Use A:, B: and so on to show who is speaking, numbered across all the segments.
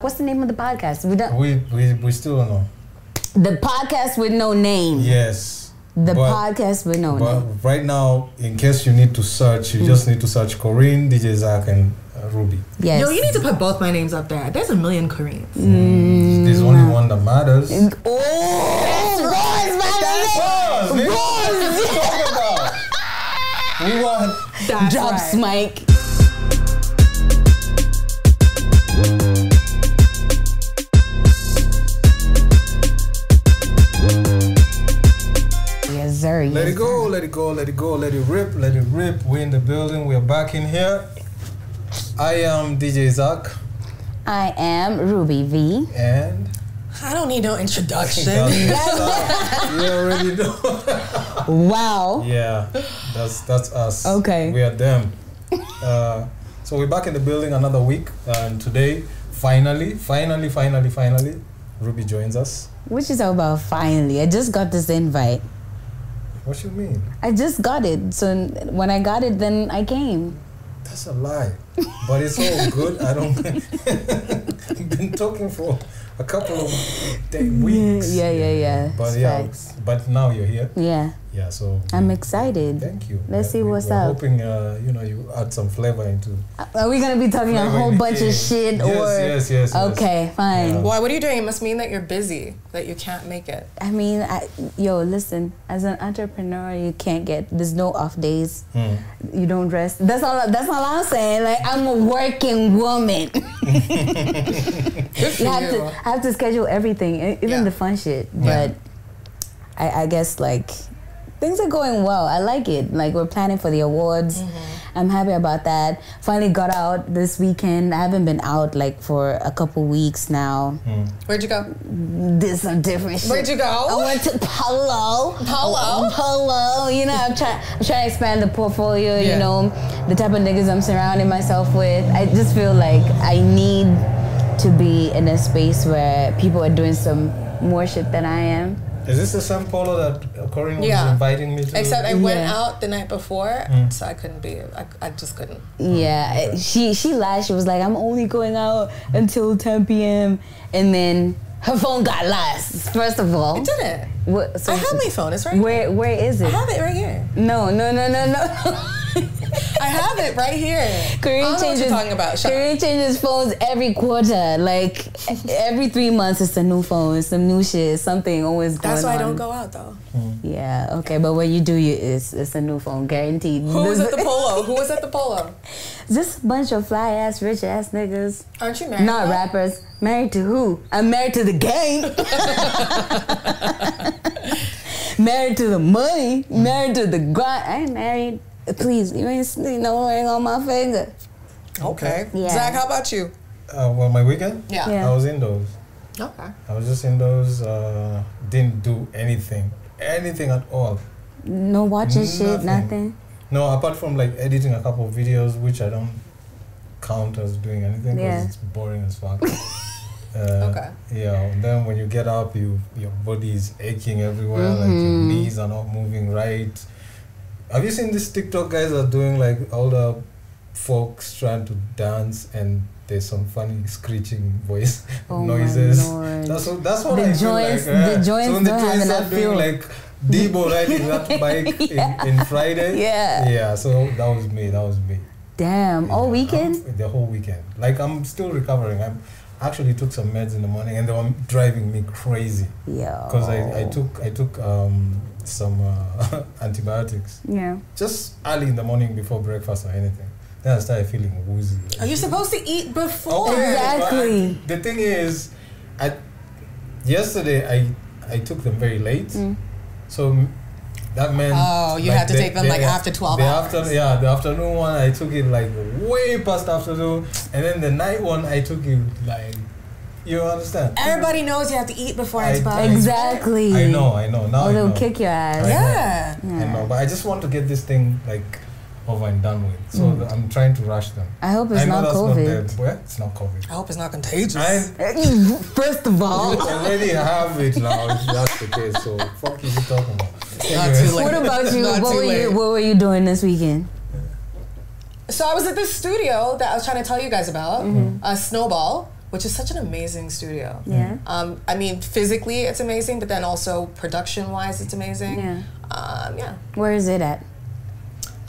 A: What's the name of the podcast? We don't,
B: We, we, we still don't know.
A: the podcast with no name.
B: Yes.
A: The
B: but,
A: podcast with no
B: But
A: name.
B: right now, in case you need to search, you just need to search Corinne, DJ Zach, and uh, Ruby.
A: Yes.
C: Yo, you need to put both my names up there. There's a million Koreans.
B: There's only one that matters.
A: Mm. oh, Rose, my
B: Buzz, nigga, what are you talking about? We want.
C: That's
A: Drops,
C: right.
A: Mike. Yes, sir.
B: Let
A: Yes.
B: it go, let it go, let it go, let it rip, let it rip. We're in the building, we're back in here. I am DJ Zach,
A: I am Ruby V.
B: and.
C: I don't need no introduction.
B: you already know.
A: Wow.
B: Yeah, that's that's us.
A: Okay.
B: We are them. Uh, so we're back in the building another week, and today, finally, finally, finally, finally, Ruby joins us.
A: What you talking about? Finally, I just got this invite.
B: What you mean?
A: I just got it. So n- when I got it, then I came.
B: That's a lie. But it's all good. I don't. I've been talking for a couple of day, weeks.
A: Yeah, yeah, yeah.
B: But
A: It's
B: yeah,
A: facts.
B: but now you're here.
A: Yeah,
B: Yeah. So.
A: I'm excited.
B: Thank you.
A: Let's see
B: We-
A: what's
B: we're
A: up.
B: Hoping uh, you know you add some flavor into.
A: Are we gonna be talking a
B: flavor
A: whole
B: in the
A: bunch of
B: game.
A: shit
B: Yes,
A: or?
B: yes, yes, yes.
A: Okay, fine.
B: Yeah.
D: Why? What are you doing? It must mean that you're busy, that you can't make it.
A: I mean, I, yo, listen. As an entrepreneur, you can't get. There's no off days.
B: Hmm.
A: You don't rest. That's all. That's all I'm saying. Like I'm a working woman.
D: Good for
A: you have
D: you.
A: to I have to schedule everything, e- even
D: Yeah.
A: the fun shit.
B: Yeah.
A: But I, I guess like things are going well. I like it. Like we're planning for the awards.
D: Mm-hmm.
A: I'm happy about that. Finally got out this weekend. I haven't been out like for a couple weeks now.
D: Where'd you go?
A: There's some different shit.
D: Where'd you go?
A: I went to Polo.
D: Polo?
A: Polo. You know, I'm trying. I'm trying to expand the portfolio. You
D: Yeah.
A: know, the type of niggas I'm surrounding myself with. I just feel like I need to be in a space where people are doing some more shit than I am.
B: Is this the same polo that Corinne was
D: Yeah.
B: inviting me to?
D: Except I went
A: Yeah.
D: out the night before, so I couldn't be. I, I just couldn't.
A: Yeah, she she lied. She was like, "I'm only going out until 10 p.m." And then her phone got lost. First of all,
D: I didn't.
A: What- so
D: I have my phone. It's right.
A: where where is
D: I
A: it?
D: have it right here.
A: No, no, no, no, no.
D: I have it right here.
A: Korean
D: I don't know what
A: changes.
D: you're talking about. Shut up.
A: Korean changes phones every quarter. Like every three months, it's a new phone, it's some new shit, something always going
D: That's why I
A: on.
D: don't go out though.
A: Yeah, okay, but when you do, you it's it's a new phone, guaranteed.
D: Who was at the polo? Who was at the polo?
A: Just a bunch of fly ass, rich ass niggas,
D: Aren't you married?
A: not
D: though?
A: rappers. Married to who? I'm married to the gang. married to the money. Married to the grind. I ain't married. Please, you ain't seen no ring on my finger.
D: Okay.
A: Yeah.
D: Zach, how about you?
B: Uh, well, my weekend?
D: Yeah.
A: Yeah.
B: I was indoors.
D: Okay.
B: I was just indoors. Uh, didn't do anything. Anything at all.
A: No watching shit,
B: Mm, Nothing.
A: nothing.
B: No, apart from like editing a couple of videos, which I don't count as doing anything because
A: Yeah.
B: it's boring as fuck. Uh,
D: Okay.
B: Yeah. and Then when you get up, you your body is aching everywhere. Like your
A: Mhm.
B: knees are not moving right. Have you seen these TikTok guys are doing like all the folks trying to dance and there's some funny screeching voice
A: Oh my
B: noises.
A: lord.
B: That's what that's what
A: The
B: I feel
A: joints-
B: like. yeah.
A: the joints
B: so when the
A: don't have
B: joints
A: enough
B: are doing
A: fuel.
B: like Debo riding that bike in, in Friday.
A: Yeah.
B: Yeah, so that was me. That was me.
A: Damn, Um, all
B: Yeah,
A: weekend?
B: I'm- the whole weekend. Like I'm still recovering. I'm I actually took some meds in the morning and they were driving me crazy
A: Yeah.
B: because I, I
A: Oh.
B: took I took um, some uh, antibiotics
A: Yeah.
B: just early in the morning before breakfast or anything. Then I started feeling woozy.
D: Are you supposed to eat before?
B: Okay,
A: Oh,
B: but
A: Exactly.
B: I- the thing is, I yesterday I I took them very late,
A: Mm.
B: so m- that meant
D: Oh, you had to take them, like, after 12
B: the
D: hours.
B: After, yeah, the afternoon one I took it like way past afternoon, and then the night one I took it like you understand.
D: Everybody knows you have to eat before
B: I-
D: it's
B: I-
D: bad.
A: Exactly.
B: I know, I know. Now
A: Or
B: I
A: they'll
B: know.
A: kick your ass.
B: I know.
D: Yeah.
B: I know, but I just want to get this thing like over and done with. So
D: Mm.
B: th- I'm trying to rush them.
A: I hope it's
B: I know
A: not
B: that's
A: COVID.
B: not the, well, it's not COVID.
D: I hope it's not contagious.
B: I-
A: First of all,
B: You already have it now. If that's the case, so fuck is you talking about?
D: Not
B: Anyways.
D: too late.
A: what about you?
D: Not
A: What
D: too
A: were
D: late.
A: you? What were you doing this weekend?
D: So I was at this studio that I was trying to tell you guys about, uh, Snowball. which is such an amazing studio.
A: Mm-hmm. Yeah.
D: Um, I mean, physically it's amazing, but then also production wise it's amazing.
A: Yeah.
D: Um, yeah.
A: Where is it at?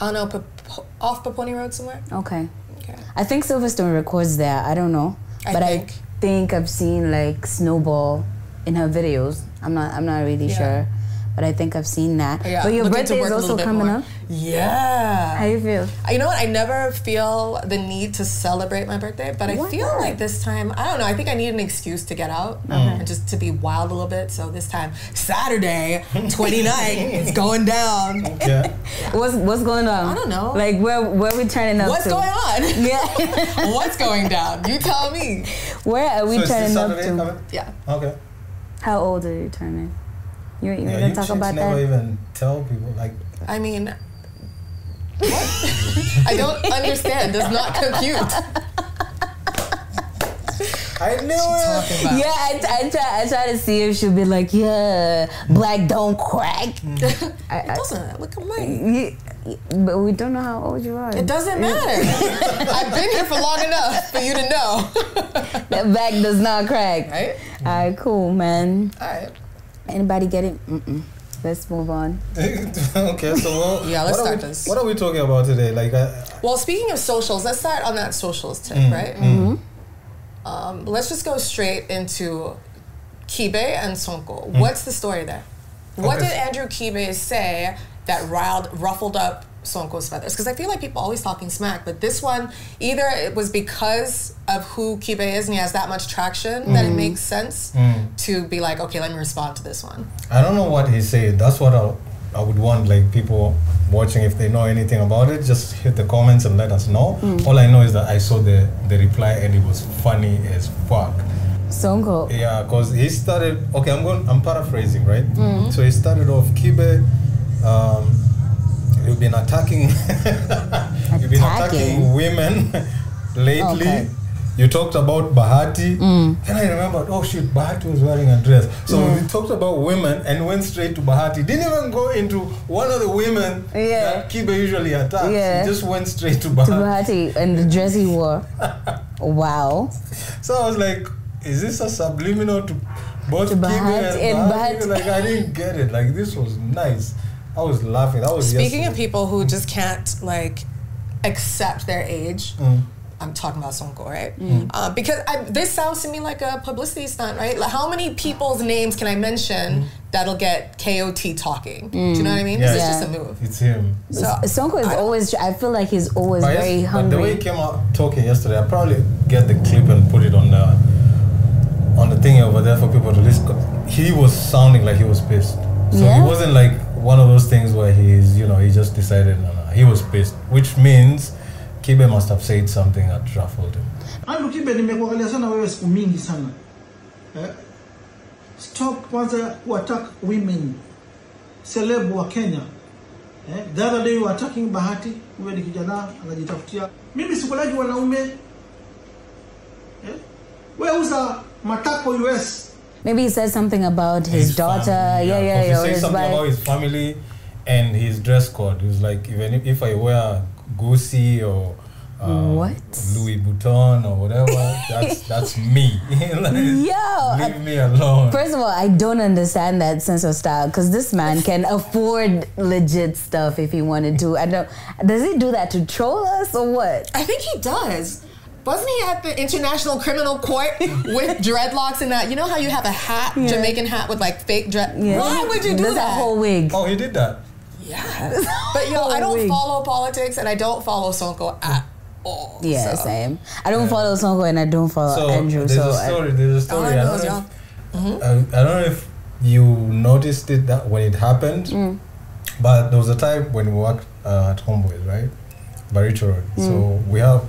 D: I don't know, Pop- off Paponi Road somewhere.
A: Okay.
D: Okay.
A: I think Silverstone records there. I don't know,
D: I
A: but
D: think.
A: I think I've seen like Snowball in her videos. I'm not. I'm not really
D: Yeah.
A: sure, but I think I've seen that.
D: Yeah,
A: but your
D: looking to
A: birthday
D: work
A: is
D: a little
A: also
D: bit
A: coming
D: more.
A: up.
D: Yeah.
A: How you feel?
D: I- You know what? I never feel the need to celebrate my birthday, but
A: Why
D: I feel
A: not?
D: like this time, I don't know, I think I need an excuse to get out and just to be wild a little bit. So this time, Saturday, 29th, it's going down.
B: Yeah.
A: What's What's going on?
D: I don't know.
A: Like where Where we turning up?
D: What's
A: to?
D: going on?
A: Yeah.
D: What's going down? You tell me.
A: where are we
B: so it's this
A: turning up
B: Saturday
A: to?
B: coming?
D: Yeah.
B: Okay.
A: How old are you turning? You you
B: Yeah,
A: gonna
B: you
A: talk
B: should
A: about
B: never
A: that?
B: even tell people. Like,
D: I mean, what? I don't understand. Does not compute.
B: I knew it.
D: Talking about.
A: Yeah, I, I try I try to see if she'll be like, yeah, black don't crack. I,
D: Mm. It
A: I,
D: doesn't. Look at me.
A: you, but we don't know how old you are.
D: It doesn't matter. I've been here for long enough for you to know.
A: That back does not crack.
D: Right?
A: All right, cool, man.
D: All right.
A: Anybody get it? Mm-mm. Let's move on.
B: okay, so what,
D: Yeah, let's
B: what are
D: start
B: we,
D: this.
B: What are we talking about today? Like, I,
D: Well, speaking of socials, let's start on that socials tip, right? Um, let's just go straight into Kibe and Sonko. What's the story there? What
B: Okay.
D: did Andrew Kibe say that riled, ruffled up Sonko's feathers? Because I feel like people always talking smack, but this one, either it was because of who Kibe is and he has that much traction that it makes sense to be like, okay, let me respond to this one.
B: I don't know what he said. That's what I, I would want like people watching if they know anything about it, just hit the comments and let us know. All I know is that I saw the the reply and it was funny as fuck.
A: Sonko.
B: Yeah, cause he started. Okay, I'm going. I'm paraphrasing, right?
A: Mm-hmm.
B: So he started off Kibe. Um, you've been attacking. you've been
A: Attacking?
B: attacking women lately.
A: Okay. Mm.
B: You talked about Bahati. Then I remembered, oh shit, Bahati was wearing a dress. So we talked about women and went straight to Bahati. Didn't even go into one of the women
A: Yeah.
B: that Kibe usually attacks.
A: Yeah.
B: He just went straight to
A: To
B: Bahati.
A: Buhati and the dress he wore. Wow.
B: So I was like, is this a subliminal to both
A: To
B: Kibe
A: Bahati
B: and,
A: and
B: Bahati?
A: Bahati.
B: Like I didn't get it. Like this was nice. I was laughing. That was
D: Speaking of
B: yesterday.
D: people who just can't like accept their age, I'm talking about Sonko, right? Uh, because I, this sounds to me like a publicity stunt, right? Like how many people's names can I mention that'll get KOT talking? Do you know what I mean?
B: Yeah.
D: This
A: Yeah.
D: is just a move.
B: Mm. it's him.
D: So
A: Sonko is
D: I-
A: always, I feel like he's always
B: But, yes-
A: very
B: but the way
A: hungry.
B: he came out talking yesterday, I probably get the clip and put it on the on the thing over there for people to listen. 'Cause He was sounding like he was pissed. So
A: Yeah.
B: it wasn't like one of those things where he's you know he just decided no no he was pissed, which means Kibe must have said something that ruffled him.
E: Andrew Kibe nimekuangalia sana wewe siku mingi sana eh? Stop kwanza kuattack women celeb wa Kenya eh? The other day you were attacking Bahati, huyo ni kijana anajitafutia. Mimi sikulaji wanaume eh? Wewe uza matako US
A: Maybe he said something about his, daughter.
B: family,
A: yeah, yeah,
B: 'Cause
A: yeah. or
B: He said
A: his
B: something
A: wife.
B: about his family and his dress code. He was like, even if, if I wear Gucci or um,
A: What?
B: Louis Vuitton or whatever, that's that's me.
A: Yo,
B: Like,
A: I-
B: leave me alone.
A: First of all, I don't understand that sense of style because this man can afford legit stuff if he wanted to. I don't. Does he do that to troll us or what?
D: I think he does. Wasn't he at the International Criminal Court with dreadlocks and that? You know how you have a hat, Jamaican hat with like fake dread. Why would you do
A: Does
D: that?
A: whole wig.
B: Oh, he did that.
D: Yeah. But yo, I don't
A: Holy.
D: follow politics and I don't follow Sonko at all.
A: yeah,
D: so.
A: same. I don't follow Sonko and I don't follow
B: So
A: Uh, Andrew.
B: there's
A: So
B: a
A: I-
B: story. There's a story.
D: I know is
B: don't know
A: Mm-hmm.
B: if, I, I don't know if you noticed it that when it happened,
A: Mm.
B: but there was a time when we worked uh, at Homeboys, right? Barito Road.
A: Mm.
B: So we have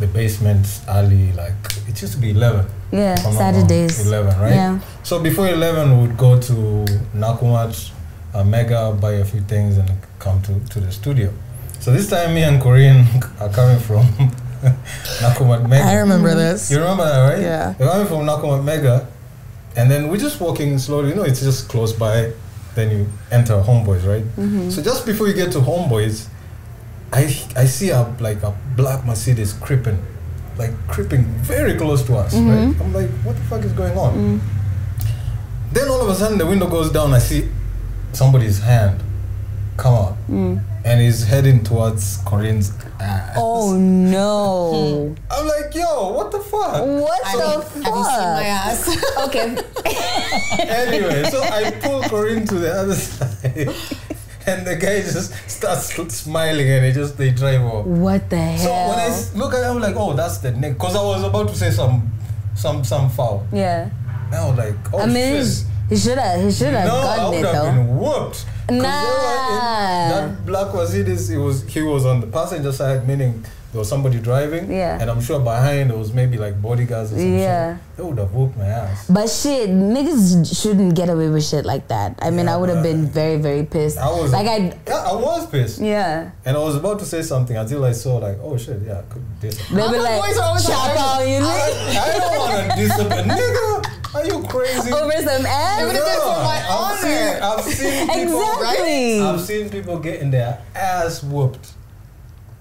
B: the basement alley. Like it used to be eleven.
A: yeah,
B: if I'm not wrong.
A: Saturdays.
B: 11, right?
A: Yeah.
B: So before 11, we would go to Nakumat, uh, Mega, buy a few things, and come to, to the studio. So this time, me and Corinne are coming from Nakumat Mega.
D: remember this.
B: You remember that, right?
D: Yeah.
B: We're coming from Nakumat Mega, and then we're just walking slowly. You know, it's just close by. Then you enter Homeboys, right?
D: Mm-hmm.
B: So just before you get to Homeboys, I I see a like a black Mercedes creeping like creeping very close to us.
D: Mm-hmm.
B: Right? I'm like, what the fuck is going on?
D: Mm.
B: Then all of a sudden the window goes down. I see somebody's hand come out
D: Mm.
B: and is heading towards Corinne's ass.
A: Oh no!
B: I'm like, yo, what the fuck?
A: Hmm. What
D: I
A: the
D: mean,
A: fuck?
D: have you seen my ass?
A: okay,
B: anyway, so I pull Corinne to the other side. And the guy just starts smiling and they just they drive off.
A: what the hell?
B: So when I s- look at it, I'm like, oh, that's the neck. Because I was about to say some, some, some foul.
A: yeah,
B: And I was like, oh,
A: I mean,
B: shit.
A: he should have, he should have
B: no, I
A: gotten it
B: would have
A: though.
B: been whooped. 'Cause they were in-
A: Nah.
B: That black Mercedes, he was he was on the passenger side, meaning there was somebody driving.
A: Yeah.
B: And I'm sure behind there was maybe like bodyguards or something.
A: Yeah.
B: They would have whooped my ass.
A: But shit, niggas shouldn't get away with shit like that. I mean,
B: Yeah,
A: I would have
B: but-
A: been very, very pissed.
B: I was
A: like, I
B: Yeah, I was pissed.
A: yeah.
B: And I was about to say something until I saw like, oh shit, yeah, I could dis-
A: They'll be
D: Other
A: like,
D: boys are always like,
A: chop out you nigga
B: I don't wanna disappear. Nigga, are you crazy?
A: over some
D: It
A: ass.
D: would have been for my
B: I've seen,
D: honor.
B: I've seen people
A: Exactly.
B: I've seen people getting their ass whooped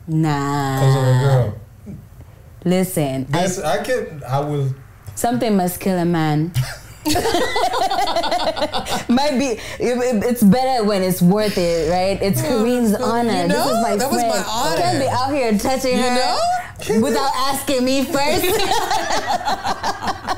B: because of a
A: Nah.
B: girl.
A: Listen, I,
B: This I can I will
A: something must kill a man. Might be. it- it- it's better when it's worth it, right? It's Kareem's honor.
D: You
A: this is
D: know,
A: my
D: that was
A: friend.
D: my honor.
A: Can't be out here touching her
D: know?
A: without asking me first.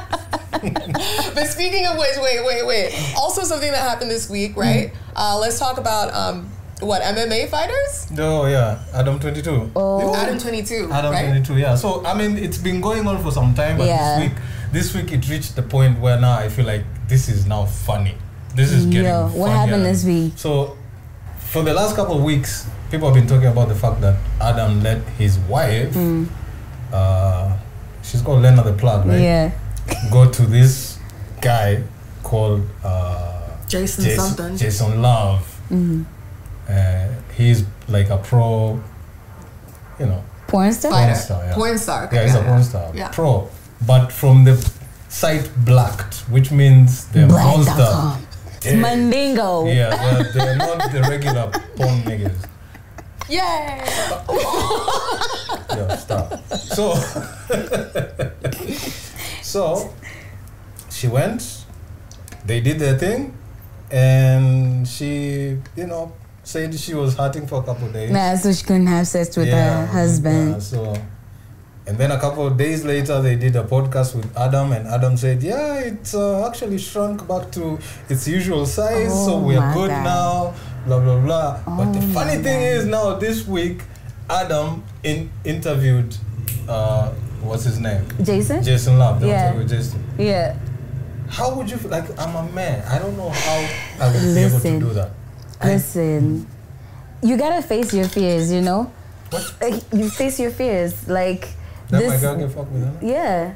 D: But speaking of which, wait, wait, wait. Also, something that happened this week, right? Uh, let's talk about um, what MMA fighters.
B: no yeah, Adam twenty two.
A: Oh.
D: Adam twenty two,
B: Adam
D: right?
B: twenty two, yeah. So I mean it's been going on for some time but
A: Yeah.
B: this week this week it reached the point where now I feel like this is now funny. This is getting
A: Yo, what
B: funnier.
A: happened this week?
B: So for the last couple of weeks people have been talking about the fact that Adam let his wife
A: Hmm.
B: uh she's called Lena the plug, right?
A: Yeah.
B: Go to this guy called uh
C: Jason,
B: Jason,
C: something.
B: Jason Love.
A: Mm-hmm.
B: Uh, he's like a pro, you know,
A: Porn star?
D: Fighter,
B: Porn star, yeah.
D: porn star. okay,
B: yeah, he's a porn star,
D: Yeah.
B: pro, but from the site Blacked, which means they're monster.
A: Black.com.
B: Yeah.
A: Mandingo.
B: Yeah, they're, they're not the regular porn niggas.
D: Yay!
B: Yeah, stop. So, so she went. They did their thing, and she, you know, said she was hurting for a couple of days.
A: Nah, so she couldn't have sex with her
B: yeah,
A: husband.
B: so, and then a couple of days later, they did a podcast with Adam, and Adam said, "Yeah, it's uh, actually shrunk back to its usual size, so
A: Oh
B: we are
A: my
B: good
A: God.
B: now." Blah blah blah. but the
A: Oh
B: funny
A: my
B: thing
A: God.
B: is, now this week, Adam in- interviewed, uh, what's his name?
A: Jason?
B: Jason Love. They
A: Yeah.
B: interviewed Jason.
A: yeah.
B: How would you feel? Like I'm a man. I don't know how I would be able to
A: Listen.
B: do that.
A: Listen, you gotta face your fears, you know?
B: What?
A: Like, you face your fears. Like,
B: That my
A: this.
B: girl can fuck with him.
A: yeah.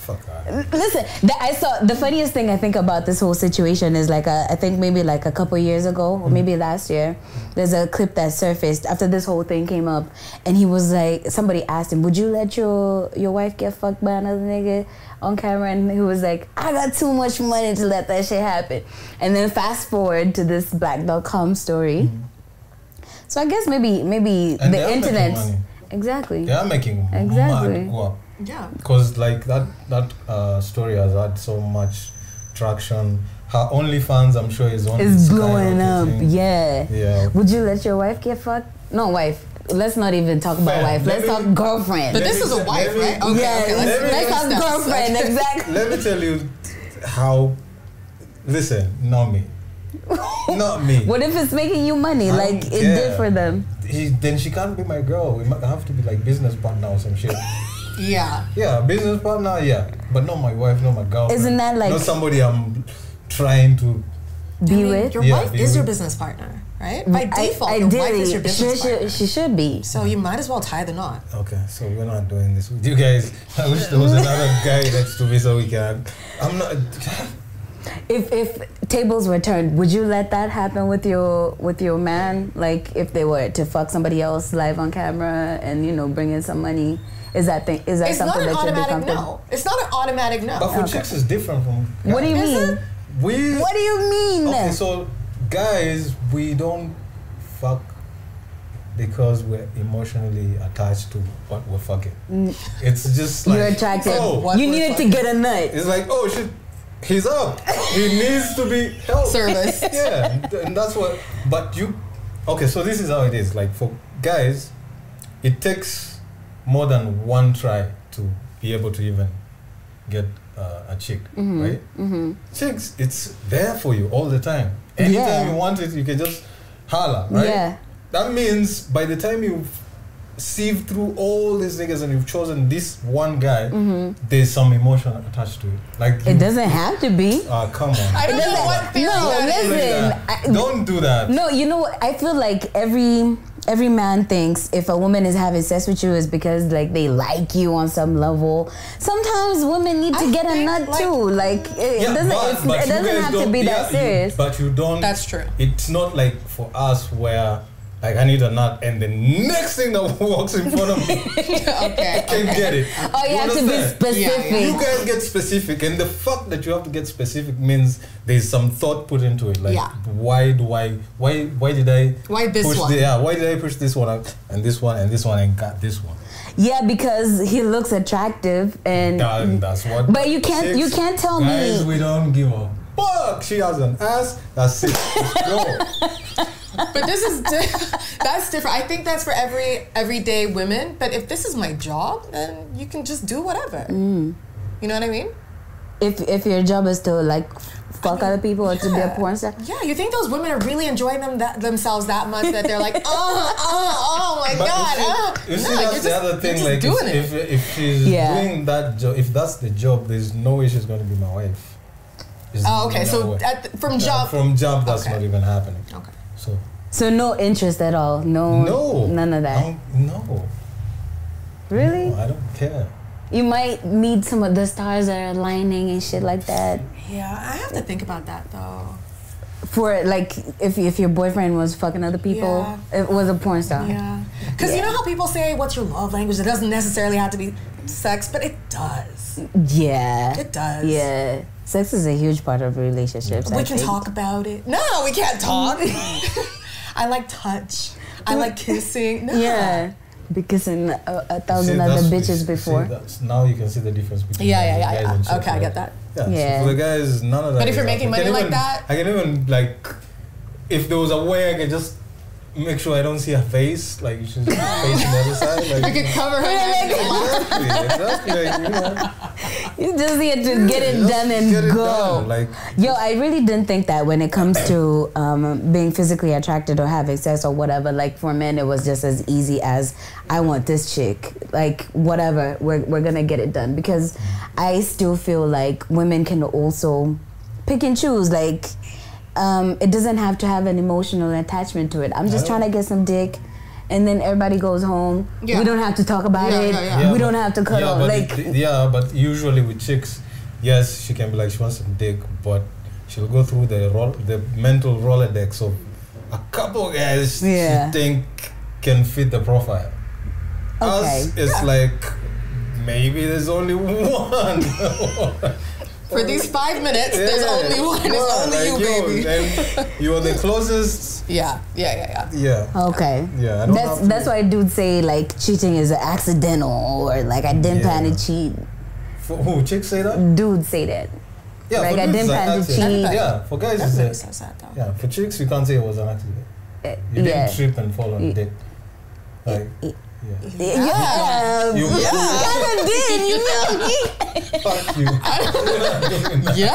B: Fuck her.
A: L- Listen, the, I saw the funniest thing I think about this whole situation is like a, I think maybe like a couple years ago
B: Mm-hmm.
A: or maybe last year, there's a clip that surfaced after this whole thing came up, and he was like, somebody asked him, "Would you let your your wife get fucked by another nigga on camera?" And he was like, "I got too much money to let that shit happen." And then fast forward to this black.com story. So I guess maybe maybe
B: Mm-hmm. And they are
A: the
B: making
A: internet,
B: money.
A: exactly.
B: They are making
A: Exactly.
B: mad guap.
D: Yeah.
B: Because like that that uh, story has had so much traction. Her OnlyFans, I'm sure, is on.
A: It's
B: the
A: blowing up,
B: skyrocketing.
A: yeah.
B: Yeah.
A: Would you let your wife get fucked? No, wife. Let's not even talk about
B: Fam,
A: wife.
B: let
A: Let's
B: me-
A: talk girlfriend.
D: But
B: Let
D: this
B: me
D: is a
B: t-
D: wife,
B: let me-
D: right? Okay,
A: yes,
D: okay. Let's,
A: let's,
D: let's
A: talk
D: go steps.
A: girlfriend. Exactly.
B: Let me tell you how. Listen, not me. not me.
A: What if it's making you money?
B: I
A: like
B: don't
A: it
B: care.
A: did for them.
B: He, then she can't be my girl. We might have to be like business partner or some shit.
D: Yeah.
B: yeah, business partner. Yeah, but not my wife, not my girlfriend.
A: Isn't that like-
B: not somebody I'm trying to?
A: Be
D: I mean,
A: with.
D: Your
B: Yeah,
D: wife
B: be
D: is your
B: with.
D: business partner, right? By default, your wife is your
A: Ideally,
D: business
A: she,
D: partner.
A: should, she should be.
D: So you might as well tie the knot.
B: Okay, so we're not doing this. You guys, I wish there was another guy next to me so we can. I'm not.
A: If if tables were turned, would you let that happen with your with your man? Like if they were to fuck somebody else live on camera and you know bring in some money, is that thing? Is that
D: It's not
A: something
D: an
A: that you'd be
D: automatic
A: comfortable?
D: no. It's not an automatic no.
B: But for chicks, it's different from. Guys.
A: What do you
D: Is
A: mean?
D: it?
B: We.
A: What do you mean?
B: okay, so guys, we don't fuck because we're emotionally attached to what we're fucking. It's just like
A: Mm. You're attracted.
B: Oh,
D: What
A: you
D: we're
A: needed to
D: fucking-
A: get a nut.
B: it's like oh shit, he's up. he needs to be helped.
D: Service.
B: yeah, th- and that's what. But you, okay. So this is how it is. Like for guys, it takes more than one try to be able to even get uh, a chick,
A: Mm-hmm,
B: right? Chicks, it's there for you all the time. Anytime
A: Yeah.
B: you want it, you can just holla, right?
A: Yeah.
B: That means by the time you sieve through all these niggas and you've chosen this one guy, there's some emotion attached to it. Like
A: Mm-hmm. It
B: you-
A: doesn't have to be.
B: Ah, come on.
D: I don't
A: It
D: know
A: doesn't-
D: what theory
A: no,
D: that is.
B: Don't do
A: listen,
B: that.
A: I-
B: don't do that.
A: No, you know what? I feel like every every man thinks if a woman is having sex with you is because like they like you on some level. Sometimes women need to
D: I
A: get a
D: think,
A: nut
D: like-
A: too. Like it,
B: Yeah,
A: doesn't
B: but-
A: it's,
B: but
A: it
B: you
A: doesn't
B: guys
A: have to
B: don't-
A: be
B: yeah,
A: that
B: you-
A: serious.
B: but you don't.
D: That's true.
B: It's not like for us where like I need a nut and the next thing that walks in front of me
D: okay.
B: can get it.
A: oh, you, have to be
B: understand?
A: specific.
D: Yeah,
B: You guys get specific, and the fact that you have to get specific means there's some thought put into it. Like,
D: Yeah.
B: why do I? Why? Why did I?
D: Why this
B: push
D: one?
B: The, yeah. Why did I push this one out and this one and this one and got this one?
A: Yeah, because he looks attractive and
B: That- that's what.
A: But you can't- you can't tell me-
B: guys, we don't give a fuck. She has an ass. That's it. Let's go.
D: But this is di- that's different. I think that's for every everyday women. But if this is my job, then you can just do whatever.
A: Mm.
D: You know what I mean?
A: if if your job is to like fuck other people or to be a
D: yeah.
A: porn star.
D: Yeah, you think those women are really enjoying them that, themselves that much that they're like, oh, oh, oh my
B: But
D: god,
B: you
D: ah.
B: see, you see
D: No,
B: that's
D: you're
B: the
D: just-
B: other
D: you're
B: thing.
D: just
B: like,
D: doing
B: if,
D: it.
B: if if she's
A: Yeah.
B: doing that job, if that's the job, there's no way she's gonna be my wife. There's
D: Oh, okay.
B: no
D: So
B: way.
D: at the, from
B: Yeah,
D: job,
B: from job, that's
D: Okay.
B: not even happening.
D: okay.
B: So
A: So no interest at all.
D: Oh,
A: No,
B: no,
A: none of that.
B: I don't- No,
A: Really?
B: no, I don't care.
A: You might meet some of the stars that are aligning and shit like that.
D: Yeah, I have to think about that though.
A: For like, if if your boyfriend was fucking other people, it was a porn star.
D: Yeah, because you know how people say, "What's your love language?" It doesn't necessarily have to be sex, but it does.
A: Yeah.
D: It does.
A: Yeah. Sex is a huge part of relationships. I
D: We can
A: think.
D: talk about it. No, we can't talk. I like touch. I like kissing. No.
A: Yeah. Because in a, a thousand
B: See,
A: other
B: that's-
A: bitches
B: see,
A: before.
B: that's- now you can see the difference between
D: Yeah, yeah,
B: guys
D: yeah,
B: and
D: yeah.
B: guys and chicks,
D: Okay, I
B: right?
D: get that.
B: Yeah,
A: Yeah.
B: So for the guys, none of that.
D: But if
B: is
D: you're making
B: happening.
D: money like
B: I
D: that-
B: can even- I can even like, if there was a way I could just make sure I don't see her face, like you should see her face on the other side,
D: We
B: like.
D: could cover her. neck.
B: Exactly, exactly. Like, you know,
A: You just need to get it
B: just
A: done and
B: get it
A: go.
B: done, like,
A: Yo, I really didn't think that when it comes to um, being physically attracted or having sex or whatever, like for men, it was just as easy as I want this chick. Like, whatever, we're, we're gonna get it done. Because I still feel like women can also pick and choose. Like, um, it doesn't have to have an emotional attachment to it. I'm just
B: No.
A: trying to get some dick. And then everybody goes home.
D: Yeah.
A: We don't have to talk about
D: Yeah,
A: it.
D: yeah, yeah.
B: Yeah,
A: we
B: but-
A: don't have to cuddle.
B: Yeah, but
A: like,
B: it- yeah, but usually with chicks, yes, she can be like she wants some dick, but she'll go through the roll, the mental rolodex of a couple guys
A: Yeah.
B: she think can fit the profile.
A: Okay.
B: Us, it's like maybe there's only one.
D: For these five minutes, there's
B: Yeah.
D: only one. It's
B: Yeah,
D: only
B: like
D: you, baby.
B: and you're the closest.
D: Yeah, yeah, yeah, yeah.
B: Yeah.
A: Okay.
B: Yeah, I don't
A: That's
B: have to-
A: that's why dudes say like cheating is accidental or like I didn't plan to
B: Yeah.
A: cheat.
B: For who chicks say that?
A: Dudes say that.
B: Yeah,
A: Like,
B: for
A: I didn't
B: dudes, it's an
A: plan to
B: accident.
A: cheat.
B: Yeah, for guys,
D: That
B: it's
D: makes
B: a,
D: so sad though.
B: yeah. For chicks, you can't say it was an accident.
A: Uh,
B: You
A: yeah.
B: didn't trip and fall on
A: Y-
B: a dick. Like,
A: y-
B: yeah.
A: Yeah. yeah.
B: You-
A: kinda did, you know?
B: Fuck you.
D: Yeah,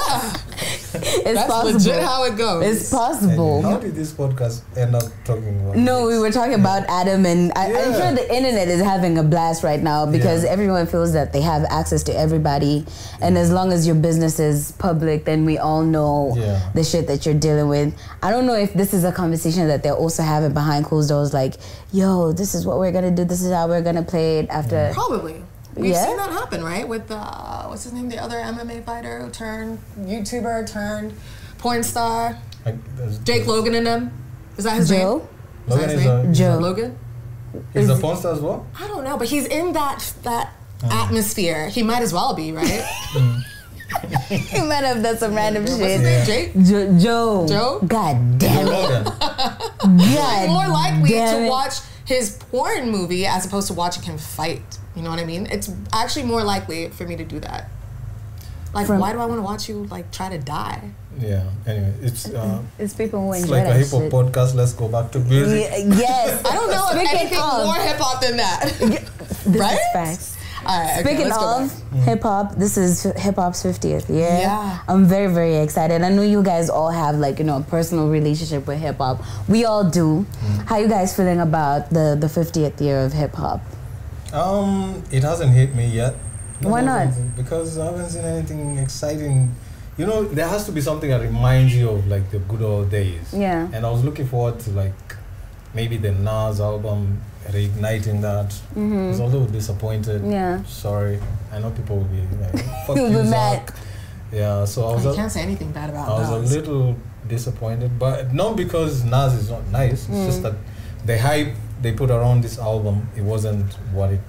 A: It's
D: that's
A: possible.
D: legit how it goes.
A: it's
B: How
A: possible.
B: did this podcast end up talking about?
A: No, we were talking about Adam, and I, I'm
B: Yeah.
A: sure the internet is having a blast right now because
B: Yeah.
A: everyone feels that they have access to everybody, and as long as your business is public, then we all know
B: Yeah.
A: the shit that you're dealing with. I don't know if this is a conversation that they're also having behind closed doors, like, yo, this is what we're gonna do, this is how we're gonna play it after.
D: Probably. We've
A: Yeah?
D: seen that happen, right? With uh, what's his name, the other MMA fighter who turned YouTuber turned porn star,
B: Like, there's-
D: Jake Logan and them. Is that his
A: Joe?
D: name? Is
B: Logan
D: that his
B: is uh,
D: name?
B: a,
A: Joe.
D: Logan.
B: is a porn star as well.
D: I don't know, but he's in that that
B: Oh.
D: atmosphere. He might as well be, right?
A: You might have done some random
D: what's his
A: shit.
D: name,
B: Yeah.
D: Jake?
A: Jo- Joe.
D: Joe?
A: God damn it.
B: Logan.
A: God
D: More likely
A: damn
D: to
A: it.
D: watch his porn movie as opposed to watching him fight. You know what I mean? It's actually more likely for me to do that. Like,
A: From-
D: why do I want to watch you like try to die?
B: Yeah. Anyway, it's uh,
A: It's people who
B: it's
A: enjoy
B: like a
A: that
B: hip hop
A: shit.
B: podcast. Let's go back to music.
A: Ye- yes.
D: I don't know if
A: Speaking
D: anything
A: of-
D: more hip hop than that.
A: This
D: right?
A: is facts.
D: All right, okay,
A: Speaking
D: let's go
A: of
D: back.
A: hip hop, this is hip hop's 50th year.
D: Yeah.
A: I'm very, very excited. I know you guys all have, like, you know, a personal relationship with hip hop. We all do. How you guys feeling about the, the 50th year of hip hop?
B: Um, it hasn't hit me yet.
A: Why
B: I haven't
A: not?
B: seen- Because I haven't seen anything exciting. You know, there has to be something that reminds you of like the good old days.
A: Yeah.
B: And I was looking forward to like maybe the Nas album reigniting that. I was a little disappointed.
A: Mm-hmm. Yeah.
B: Sorry, I know people will be like, "Fuck
A: You'll
B: you,
A: be mad.
B: Zach." Yeah. So I was.
D: You
B: a-
D: can't say anything bad about
B: I was a
D: those.
B: little disappointed, but not because Nas is not nice. It's
A: Mm.
B: just that the hype they put around this album, it wasn't what it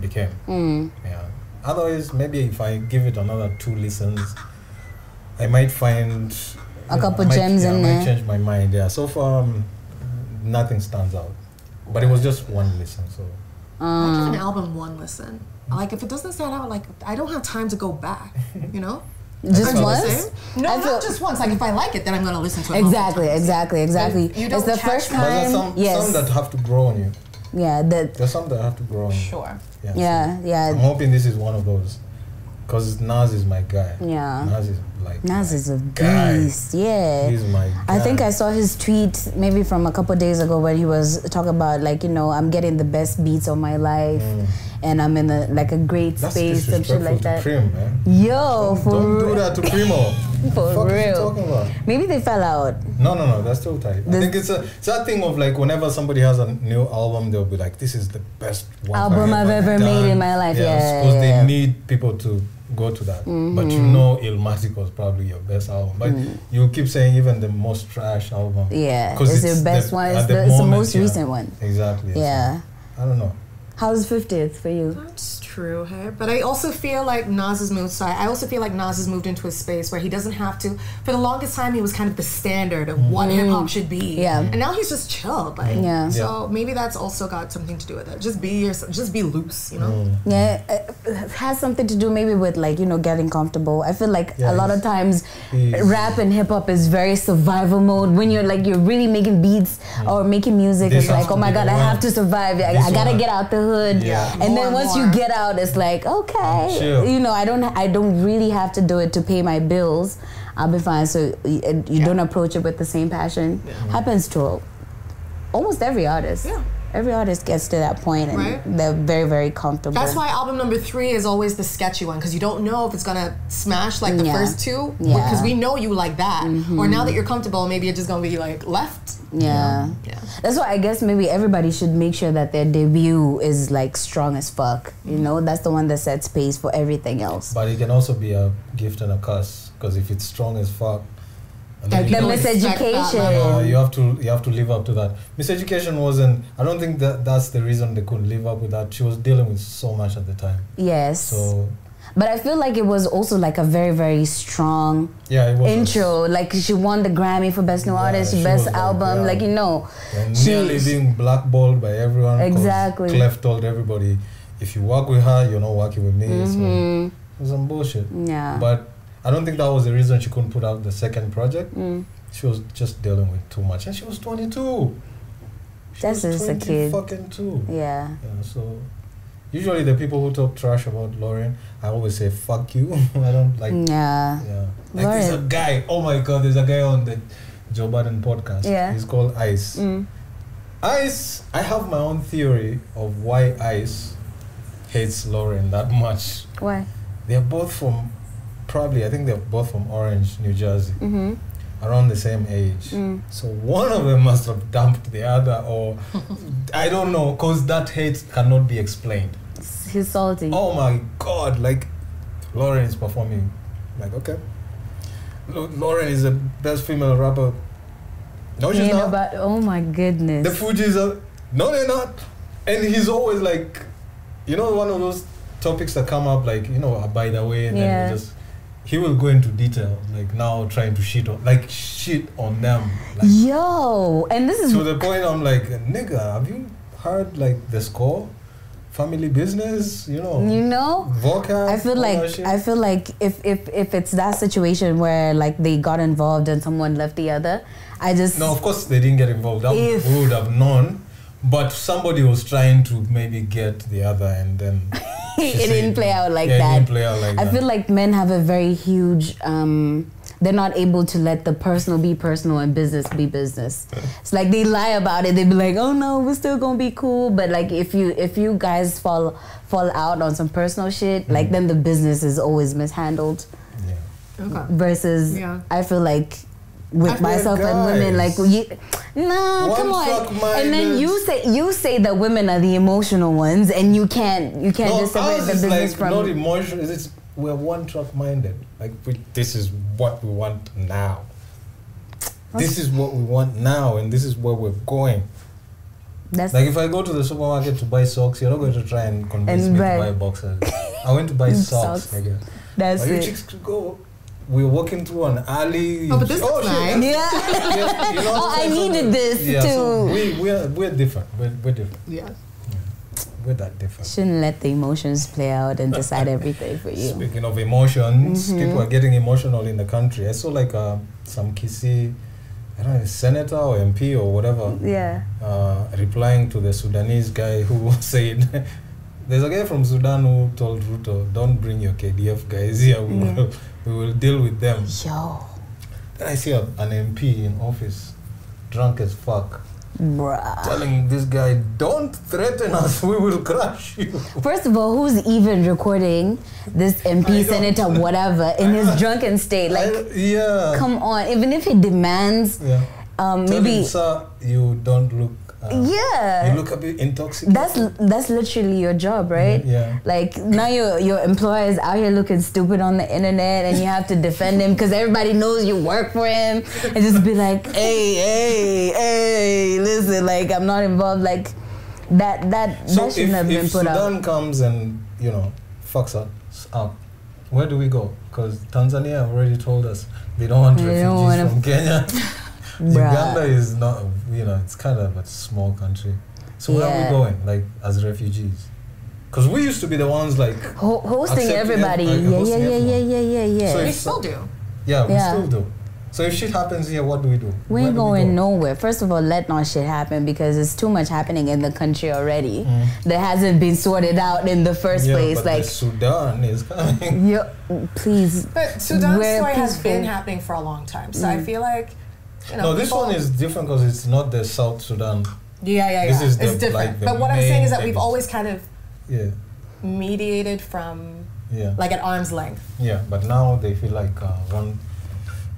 B: became.
A: Mm.
B: Yeah. Otherwise, maybe if I give it another two listens, I might find
A: A
B: you
A: couple
B: I might-
A: gems
B: yeah,
A: in
B: I
A: there.
B: Might change my mind. Yeah. So far, um, nothing stands out. But it was just one listen, so
A: Um,
C: I give an album one listen. Like if it doesn't stand out, like I don't have time to go back. You know?
A: just
C: Aren't you the
A: once?
C: same?
D: No,
A: I
D: not
A: feel-
D: just once. Like if I like it, then I'm gonna listen to it.
A: Exactly, exactly, exactly.
D: You don't
A: it's the
D: catch
A: first
D: me.
B: but there's
A: time.
B: some
A: yes.
B: some that have to grow on you.
A: yeah, that.
B: There's some that have to grow on you.
D: Sure.
B: Yeah. so-
A: Yeah,
B: I'm
A: yeah.
B: hoping this is one of those. Because Nas is my guy.
A: Yeah.
B: Nas is like.
A: Nas
B: my
A: is a
B: guy.
A: beast. Yeah.
B: He's my guy.
A: I think I saw his tweet maybe from a couple days ago when he was talking about like you know I'm getting the best beats of my life and I'm in a like a great
B: Mm. That's
A: space and shit
B: disrespectful
A: like
B: to
A: that.
B: Prim, man.
A: Yo, for
B: Don't do
A: real.
B: that to Primo.
A: For
B: What the fuck is he
A: real.
B: talking about?
A: Maybe they fell out.
B: No, no, no. That's still tight. I
A: The-
B: think it's a it's that thing of like whenever somebody has a new album, they'll be like, "This is the best one
A: Album I've ever made in my life." Yeah,
B: because
A: yeah, Mm-hmm. yeah.
B: they need people to go to that. But you know, Illmatic was probably your best album. But
A: Mm.
B: you keep saying even the most trash album.
A: Yeah,
B: 'Cause
A: it's your best one. It's
B: at
A: the- it's the
B: moment,
A: most
B: yeah.
A: recent one.
B: Exactly. so
A: Yeah.
B: I don't know.
A: How's 50th for you?
C: That's true, hey.
D: But I also feel like Nas has moved. Sorry, I also feel like Nas has moved into a space where he doesn't have to. For the longest time, he was kind of the standard of what hip hop should be.
A: Mm. Yeah.
D: And now he's just chilled. Like.
A: Yeah.
D: So maybe that's also got something to do with it. Just be yourself. Just be loose. You know.
A: Yeah, it it has something to do maybe with like you know getting comfortable. I feel like a
B: Yeah,
A: lot of
B: it's-
A: times
B: it's-
A: rap and hip hop is very survival mode when you're like you're really making beats or making music.
B: Mm. This
A: it's like
B: has
A: oh
B: to
A: my
B: be
A: god,
B: the
A: I
B: one.
A: have to survive. I,
B: This
A: I gotta
B: one.
A: get out the hood.
B: Yeah.
A: And
D: More
A: then
D: and
A: once
D: more.
A: you get out, it's like okay,
B: Chill.
A: you know I don't I don't really have to do it to pay my bills. I'll be fine. So you, you don't approach it with the same passion. Happens to almost every artist.
D: Yeah.
A: Every artist gets to that point and
D: Right.
A: they're very very comfortable.
D: That's why album number three is always the sketchy one because you don't know if it's gonna smash like the
A: Yeah.
D: first two
A: Yeah. Mm-hmm.
D: because we know you like that. Or now that you're comfortable, maybe you're just gonna be like left.
A: Yeah.
D: Yeah.
A: That's why I guess maybe everybody should make sure that their debut is like strong as fuck. You know, that's the one that sets pace for everything else.
B: But it can also be a gift and a curse because if it's strong as fuck, and
D: Like
B: then you
A: The
D: don't
B: don't-
D: expect that
B: Yeah,
A: miseducation.
B: you have to you have to live up to that. Miseducation wasn't. I don't think that that's the reason they couldn't live up with that. She was dealing with so much at the time.
A: Yes.
B: So
A: But I feel like it was also like a very, very strong
B: yeah, it was
A: intro. Like she won the Grammy for Best New
B: Yeah,
A: Artist,
B: she
A: Best
B: was like,
A: Album.
B: yeah.
A: Like, you know.
B: And
A: She-
B: nearly being blackballed by everyone. 'cause
A: Exactly.
B: Clef told everybody, if you work with her, you're not working with me.
A: Mm-hmm.
B: So it was some bullshit.
A: Yeah.
B: But I don't think that was the reason she couldn't put out the second project.
A: Mm.
B: She was just dealing with too much, and she was 22. She
A: That's
B: was
A: just a kid.
B: Fucking two.
A: yeah.
B: Yeah, so usually the people who talk trash about Lauren, I always say fuck you. I don't like.
A: Yeah.
B: Yeah, like
A: Mm.
B: there's a
A: Lauren-
B: guy. Oh my god, there's a guy on the Joe Biden podcast.
A: Yeah. Mm.
B: he's called Ice. Ice. I have my own theory of why Ice hates Lauren that much.
A: Why?
B: They're both from probably I think they're both from Orange, New Jersey. Mm-hmm. Around the same age, so one of them must have dumped the other, or I don't know, because that hate cannot be explained.
A: He's salty.
B: Oh my god, like Lauren is performing. Like, okay. Lo- Lauren is the best female rapper. No,
A: You
B: she's
A: know,
B: not.
A: but, oh my goodness.
B: The Fuji's are. No, they're not. And he's always like, you know, one of those topics that come up, like, you know, by the way, and
A: Yeah.
B: then we just he will go into detail, like now trying to shit on, like shit on them. Like,
A: Yo, and this is
B: to the point I'm like, nigga, have you heard like the score? Family business, you know.
A: you know.
B: vocab.
A: I feel
B: all that
A: like
B: shit.
A: I feel like if if if it's that situation where like they got involved and someone left the other, I just
B: No, of course they didn't get involved. That
A: If-
B: we would have known. But somebody was trying to maybe get the other, and then she
A: it didn't
B: said-
A: play out like
B: yeah, it
A: that.
B: didn't play out like
A: I
B: that.
A: feel like men have a very huge. Um, they're not able to let the personal be personal and business be business. It's like they lie about it. They be like, "Oh no, we're still gonna be cool." But like, if you if you guys fall fall out on some personal shit,
B: Mm.
A: like then the business is always mishandled.
B: yeah.
A: Mm.
C: Okay.
A: Versus,
C: Yeah.
A: I feel like
B: I
A: with
B: feel
A: myself and women, like
B: guys-
A: you, nah,
B: One
A: come
B: track
A: on. And then
B: minded.
A: you say you say that women are the emotional ones, and you can't you can't
B: No,
A: just separate
B: ours
A: the
B: is
A: business
B: like
A: from
B: not emotional. It's we're one track minded. Like we, this is what we want now. This is what we want now, and this is where we're going.
A: That's
B: Like if I go to the supermarket to buy socks, you're not going to try and convince
A: And
B: me
A: buy-
B: to buy boxers. I went to buy socks.
A: Socks.
B: nigga.
A: that's
B: Are you
A: it.
B: chicks to go? We're walking through an alley.
C: Oh, but this
B: oh,
C: looks
B: shit,
C: nice.
A: yeah.
B: yeah, you know,
A: Oh, I
B: so- so-
A: needed this
B: yeah, So
A: too.
B: we we're we're different. We're, we're different.
C: Yeah.
B: We're that different.
A: Shouldn't let the emotions play out and decide everything for you.
B: Speaking of emotions,
A: Mm-hmm.
B: people are getting emotional in the country. I saw like uh, some Kisi, I don't know, senator or MP or whatever,
A: Yeah.
B: uh, replying to the Sudanese guy who said, "There's a guy from Sudan who told Ruto, don't bring your KDF guys here. We will we will deal with them."
A: Yo,
B: Then I see a, an MP in office, drunk as fuck,
A: bruh.
B: telling this guy, "Don't threaten us. We will crush you."
A: First of all, who's even recording this
B: I
A: MP,
B: know.
A: senator, whatever, in his drunken state? Like,
B: I- yeah.
A: come on. Even if he demands,
B: Yeah.
A: um,
B: Tell
A: maybe.
B: him, sir, you don't look. Uh,
A: Yeah.
B: You look a bit intoxicated.
A: That's that's literally your job, right?
B: Yeah.
A: Like now your your employer is out here looking stupid on the internet, and you have to defend him because everybody knows you work for him, and just be like, hey, hey, hey, listen, like I'm not involved, like that that
B: so
A: that shouldn't
B: if,
A: have been
B: if
A: put
B: Sudan
A: out.
B: comes and you know fucks us up, where do we go? Because Tanzania have already told us they don't want
A: They
B: refugees
A: don't wanna-
B: from Kenya.
A: Bruh.
B: Uganda is not, you know, it's kind of a small country. So where are
A: Yeah.
B: we going, like as refugees? Because we used to be the ones like,
A: Ho- hosting
B: accepting ev-
A: everybody,
B: like,
A: yeah, yeah,
B: hosting
A: yeah, yeah,
B: everyone.
A: yeah, yeah, yeah.
B: So
C: We
B: if-
C: still do.
B: yeah, we
A: Yeah.
B: still do. So if shit happens here, what do we do?
A: we
B: Where
A: ain't
B: do
A: going
B: go?
A: nowhere. First of all, let not shit happen because it's too much happening in the country already that hasn't been sorted out in the first
B: Mm. Yeah,
A: place.
B: but
A: Like,
B: the Sudan is coming.
A: yo, please
D: But Sudan's
A: We're
D: story has
A: peaceful.
D: been happening for a long time, so I feel like you know.
B: No, this
D: people-
B: one is different because it's not the South Sudan.
D: Yeah, yeah, yeah.
B: this is
D: it's
B: the-
D: different.
B: like, the
D: but what I'm saying
B: main
D: is that we've
B: thing.
D: always kind of
B: Yeah,
D: mediated from
B: yeah,
D: like at arm's length.
B: yeah. But now they feel like uh, one,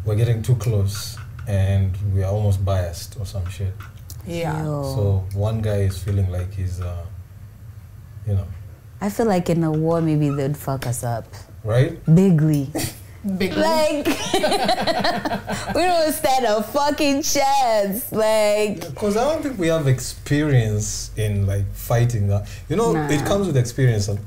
B: we're getting too close and we are almost biased or some shit.
D: Yeah.
A: Yo.
B: So one guy is feeling like he's, uh, you know,
A: I feel like in a war, maybe they'd fuck us up
B: right?
A: bigly.
C: Big
A: like, we don't stand a fucking chance. Like,
B: Because I don't think we have experience in like fighting that. You know,
A: Nah.
B: it comes with experience a-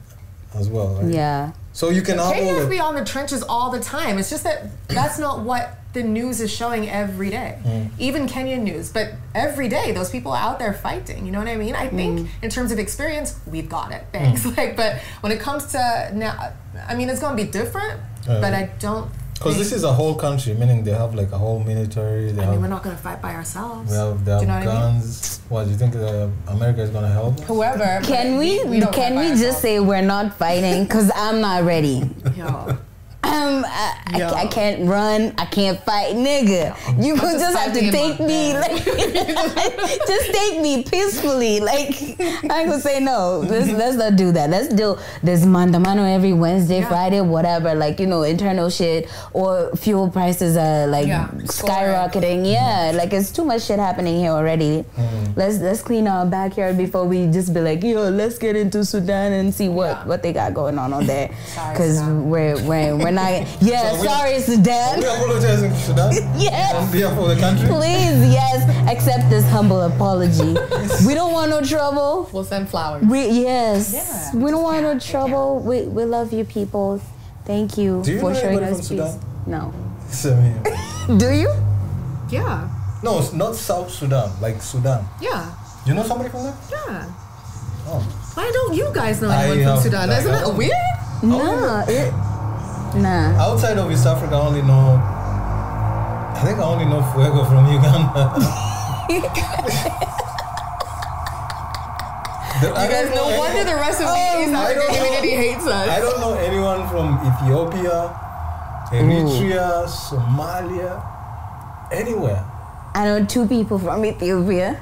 B: as well. Right?
A: yeah.
B: So you can have all
D: KDF
B: the,
D: be on the trenches all the time. It's just that that's not what the news is showing every day.
B: Mm.
D: Even Kenyan news. But every day, those people are out there fighting. You know what I mean? I
B: Mm.
D: think in terms of experience, we've got it. Thanks. Like, but when it comes to now, I mean, it's going to be different.
B: Yeah.
D: but I don't.
B: because Oh. this is a whole country, meaning they have like a whole military. They
D: I mean,
B: have
D: we're not going to fight by ourselves.
B: We have, they have
D: Do you know what I mean?
B: guns. What do you think uh, America is gonna help?
D: Whoever. but
A: Can we,
D: don't
A: can
D: fight by
A: we just
D: ourselves.
A: say we're not fighting? Because I'm not ready.
D: Yo.
A: Um, I, I,
D: Yo.
A: I can't run. I can't fight, nigga. You could just have to
D: fighting
A: take
D: my
A: me, like, just take me peacefully. Like, I could say no. Let's, let's not do that. Let's do this mandamano every Wednesday,
D: Yeah.
A: Friday, whatever. Like, you know, internal shit or fuel prices are like
D: Yeah,
A: skyrocketing. Yeah, like it's too much shit happening here already.
D: Mm.
A: Let's let's clean our backyard before we just be like, yo, let's get into Sudan and see what
D: Yeah.
A: what they got going on on there.
D: Sorry,
A: Because
D: Sudan.
A: we're, we're, we're not. Yeah,
B: So we- Oh,
A: sorry, Sudan.
B: We are apologizing to Sudan on
A: Yes.
B: behalf of the country.
A: Please, yes, accept this humble apology. we don't want no trouble.
D: We'll send flowers.
A: We yes.
D: Yeah.
A: we don't want no
D: Yeah,
A: trouble. We we love you people. Thank you
B: Do you
A: for
B: know
A: showing
B: anybody
A: us
B: from
A: peace. No.
B: Same here.
D: Do you?
C: Yeah,
B: No, it's not South Sudan, like Sudan.
C: yeah,
B: You know somebody from there?
C: yeah.
B: Oh.
C: Why don't you guys know
B: I
C: anyone from
B: have-
C: Sudan?
B: like,
C: Isn't
B: I
C: that
B: don't-
C: weird?
A: Nah.
B: Oh.
A: It, nah.
B: Outside of East Africa, I only know. I think I only know Fuego from Uganda. The- I
D: You guys,
B: don't
D: no
B: any-
D: wonder the rest of the
B: Oh, I
D: East African
B: don't know.
D: community hates us.
B: I don't know anyone from Ethiopia, Eritrea, Somalia, anywhere.
A: I know two people from Ethiopia.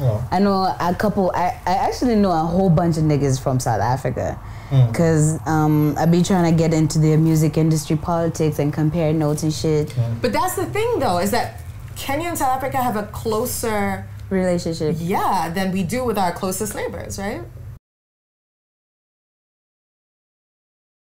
B: Oh.
A: I know a couple. I, I actually know a whole bunch of niggas from South Africa. Because um, I be trying to get into the music industry politics and compare notes and shit.
D: But that's the thing, though, is that Kenya and South Africa have a closer
A: Relationship.
D: yeah than we do with our closest neighbors, right?